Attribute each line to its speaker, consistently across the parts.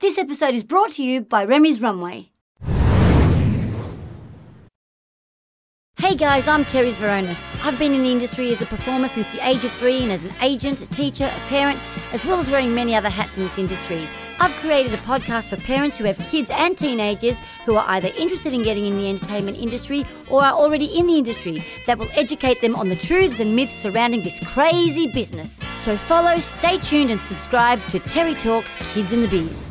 Speaker 1: This episode is brought to you by Remy's Runway. Hey guys, I'm Teres Veronis. I've been in the industry as a performer since the age of three and as an agent, a teacher, a parent, as well as wearing many other hats in this industry. I've created a podcast for parents who have kids and teenagers who are either interested in getting in the entertainment industry or are already in the industry that will educate them on the truths and myths surrounding this crazy business. So follow, stay tuned, and subscribe to Terry Talks Kids in the Bees.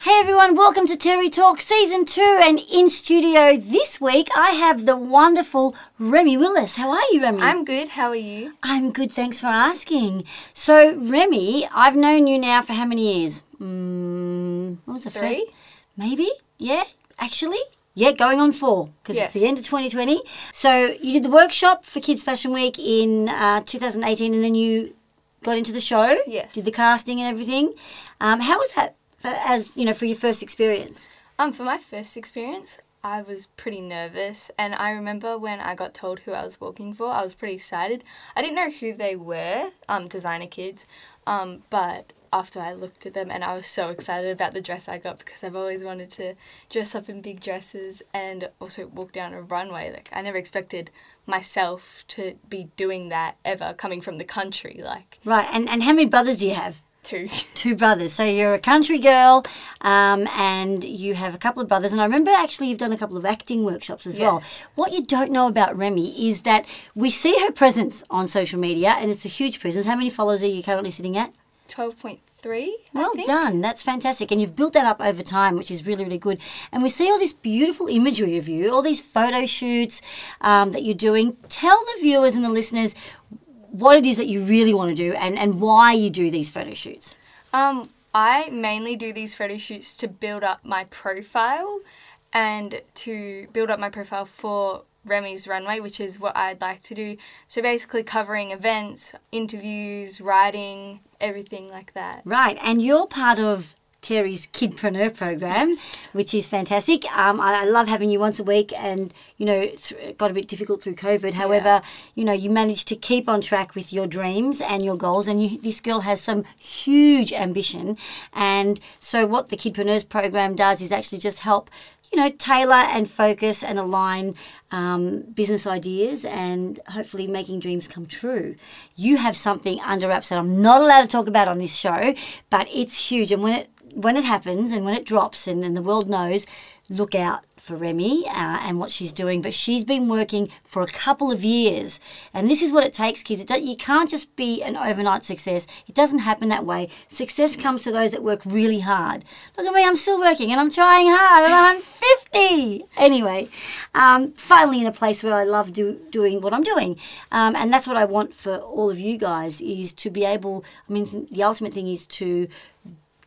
Speaker 1: Hey everyone, welcome to Terry Talk Season 2 and in studio this week I have the wonderful Remy Willis. How are you, Remy?
Speaker 2: I'm good. How are you?
Speaker 1: I'm good, thanks for asking. So, Remy, I've known you now for how many years? Mm, what was the first-
Speaker 2: Three?
Speaker 1: Maybe? Yeah, actually? Yeah, going on four because
Speaker 2: Yes.
Speaker 1: it's the end of 2020. So, you did the workshop for Kids Fashion Week in uh, 2018 and then you got into the show.
Speaker 2: Yes.
Speaker 1: Did the casting and everything. Um, how was that? For, as you know, for your first experience.
Speaker 2: Um, for my first experience, I was pretty nervous, and I remember when I got told who I was walking for, I was pretty excited. I didn't know who they were, um, designer kids, um, but after I looked at them, and I was so excited about the dress I got because I've always wanted to dress up in big dresses and also walk down a runway. Like I never expected myself to be doing that ever, coming from the country, like
Speaker 1: Right, and, and how many brothers do you have?
Speaker 2: two.
Speaker 1: Two brothers. So you're a country girl, um, and you have a couple of brothers. And I remember actually you've done a couple of acting workshops as well.
Speaker 2: Yes.
Speaker 1: What you don't know about Remy is that we see her presence on social media, and it's a huge presence. How many followers are you currently sitting at?
Speaker 2: Twelve point three.
Speaker 1: Well done. That's fantastic. And you've built that up over time, which is really, really good. And we see all this beautiful imagery of you, all these photo shoots um, that you're doing. Tell the viewers and the listeners what it is that you really want to do and, and why you do these photo shoots.
Speaker 2: Um, I mainly do these photo shoots to build up my profile and to build up my profile for Remy's Runway, which is what I'd like to do. So basically covering events, interviews, writing, everything like that.
Speaker 1: Right, and you're part of Terry's Kidpreneur program, which is fantastic. Um, I, I love having you once a week, and you know, it's- it got a bit difficult through COVID. However, you know, you managed to keep on track with your dreams and your goals, and you, this girl has some huge ambition. And so, what the Kidpreneurs program does is actually just help. You know, tailor and focus and align um, business ideas and hopefully making dreams come true. You have something under wraps that I'm not allowed to talk about on this show, but it's huge. And when it when it happens and when it drops and, and the world knows, look out for Remy uh, and what she's doing. But she's been working for a couple of years, and this is what it takes, kids. It do- you can't just be an overnight success. It doesn't happen that way. Success comes to those that work really hard. Look at me, I'm still working and I'm trying hard, and I'm 50. Anyway, um, finally in a place where I love do, doing what I'm doing, um, and that's what I want for all of you guys is to be able. I mean, the ultimate thing is to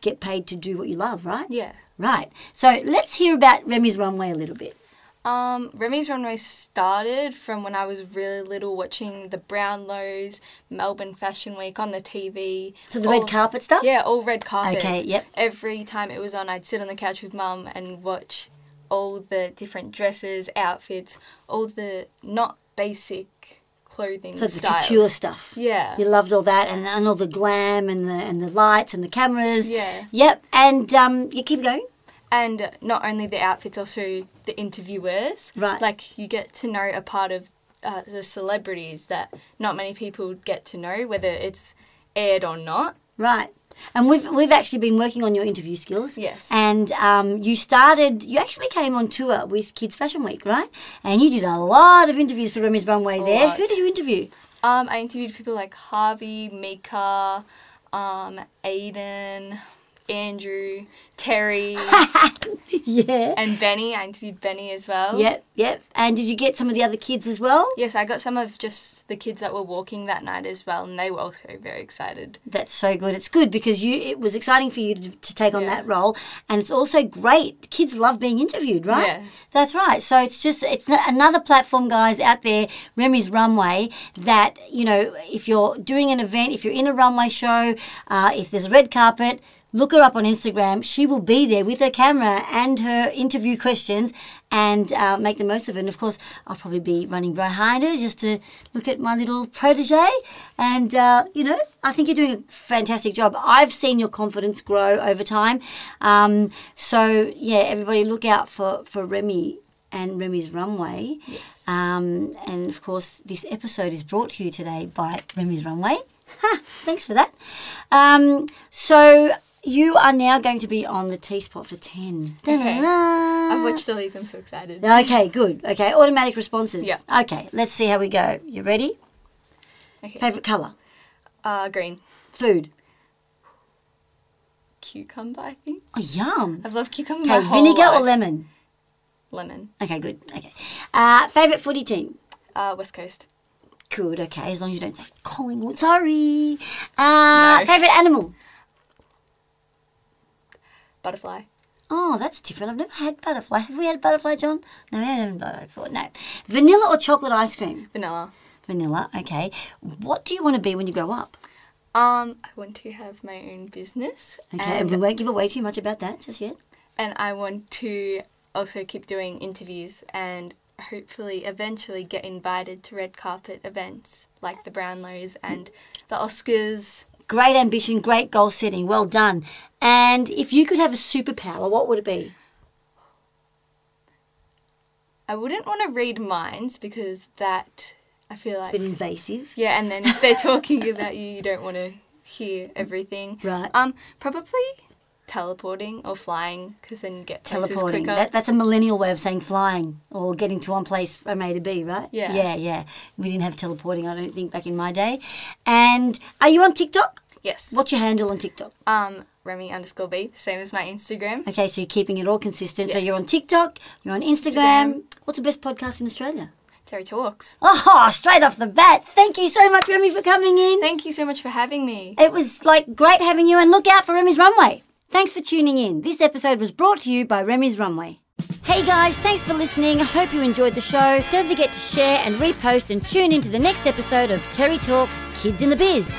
Speaker 1: get paid to do what you love, right?
Speaker 2: Yeah.
Speaker 1: Right. So let's hear about Remy's runway a little bit.
Speaker 2: Um, Remy's Runway started from when I was really little watching the Brownlows, Melbourne Fashion Week on the TV.
Speaker 1: So the
Speaker 2: all-
Speaker 1: red carpet stuff.
Speaker 2: Oh, Yeah, all red carpets.
Speaker 1: Okay, yep.
Speaker 2: Every time it was on, I'd sit on the couch with mum and watch all the different dresses, outfits, all the not basic clothing
Speaker 1: So the
Speaker 2: styles.
Speaker 1: couture stuff.
Speaker 2: Yeah.
Speaker 1: You loved all that and, and all the glam and the and the lights and the cameras.
Speaker 2: Yeah.
Speaker 1: Yep. And um, you keep going.
Speaker 2: And not only the outfits, also the interviewers.
Speaker 1: Right.
Speaker 2: Like you get to know a part of uh, the celebrities that not many people get to know, whether it's aired or not.
Speaker 1: Right. And we've we've actually been working on your interview skills.
Speaker 2: Yes.
Speaker 1: And um, you started. You actually came on tour with Kids Fashion Week, right? And you did a lot of interviews for Remy's Runway there.
Speaker 2: lot.
Speaker 1: Who did you interview?
Speaker 2: Um, I interviewed people like Harvey, Mika, um, Aiden, Andrew, Terry,
Speaker 1: yeah.
Speaker 2: and Benny. I interviewed Benny as well.
Speaker 1: Yep. Yep. And did you get some of the other kids as well?
Speaker 2: Yes, I got some of just the kids that were walking that night as well, and they were also very excited.
Speaker 1: That's so good. It's good because you it was exciting for you to, to take on
Speaker 2: Yeah.
Speaker 1: that role and it's also great. Kids love being interviewed, right?
Speaker 2: Yeah.
Speaker 1: That's right. So it's just it's a- another platform guys out there, Remy's Runway that, you know, if you're doing an event, if you're in a runway show, uh, if there's a red carpet, look her up on Instagram. She will be there with her camera and her interview questions and uh, make the most of it. And of course, I'll probably be running behind her just to look at my little protege. And, uh, you know, I think you're doing a fantastic job. I've seen your confidence grow over time. Um, so, yeah, everybody look out for, for Remy and Remy's Runway.
Speaker 2: Yes.
Speaker 1: Um, and of course, this episode is brought to you today by Remy's Runway. Ha, thanks for that. Um, so you are now going to be on the T spot for ten. Da-da-da.
Speaker 2: I've watched all these. I'm so excited.
Speaker 1: Okay, good. Okay, automatic responses.
Speaker 2: Yeah.
Speaker 1: Okay, let's see how we go. You ready?
Speaker 2: Okay.
Speaker 1: Favorite color?
Speaker 2: Uh, green
Speaker 1: Food.
Speaker 2: cucumber. I think
Speaker 1: Oh, yum.
Speaker 2: I've loved cucumber my
Speaker 1: Okay,
Speaker 2: whole
Speaker 1: vinegar or
Speaker 2: life.
Speaker 1: lemon?
Speaker 2: Lemon.
Speaker 1: Okay, good. Okay. Uh, favorite footy team?
Speaker 2: Uh, West Coast.
Speaker 1: Good. Okay, as long as you don't say Collingwood. Sorry. Uh,
Speaker 2: No.
Speaker 1: Favorite animal?
Speaker 2: Butterfly.
Speaker 1: Oh, that's different. I've never had butterfly. Have we had butterfly, John? No, we haven't had butterfly before. No. Vanilla or chocolate ice cream?
Speaker 2: Vanilla.
Speaker 1: Vanilla, okay. What do you want to be when you grow up?
Speaker 2: Um, I want to have my own business.
Speaker 1: Okay, and,
Speaker 2: And
Speaker 1: we won't give away too much about that just yet.
Speaker 2: and I want to also keep doing interviews and hopefully eventually get invited to red carpet events like the Brownlows and the Oscars.
Speaker 1: Great ambition, great goal setting. Well done. And if you could have a superpower, what would it be?
Speaker 2: I wouldn't want to read minds because that I feel
Speaker 1: A bit
Speaker 2: like
Speaker 1: invasive.
Speaker 2: yeah, and then if they're talking about you, you don't want to hear everything.
Speaker 1: Right.
Speaker 2: Um, probably teleporting or flying because then you get places
Speaker 1: Teleporting.
Speaker 2: quicker.
Speaker 1: That, that's a millennial way of saying flying or getting to one place from A to B, right?
Speaker 2: Yeah.
Speaker 1: Yeah, yeah. We didn't have teleporting, I don't think, back in my day. And are you on TikTok?
Speaker 2: yes.
Speaker 1: What's your handle on TikTok?
Speaker 2: Um, Remy underscore B, same as my Instagram.
Speaker 1: Okay, so you're keeping it all consistent. So
Speaker 2: Yes.
Speaker 1: you're on TikTok, you're on Instagram. What's the best podcast in Australia?
Speaker 2: Terry talks.
Speaker 1: Oh, straight off the bat. Thank you so much, Remy, for coming in.
Speaker 2: Thank you so much for having me.
Speaker 1: It was like great having you, and look out for Remy's Runway. Thanks for tuning in. This episode was brought to you by Remy's Runway. Hey guys, thanks for listening. I hope you enjoyed the show. Don't forget to share and repost and tune into the next episode of Terry Talks Kids in the Biz.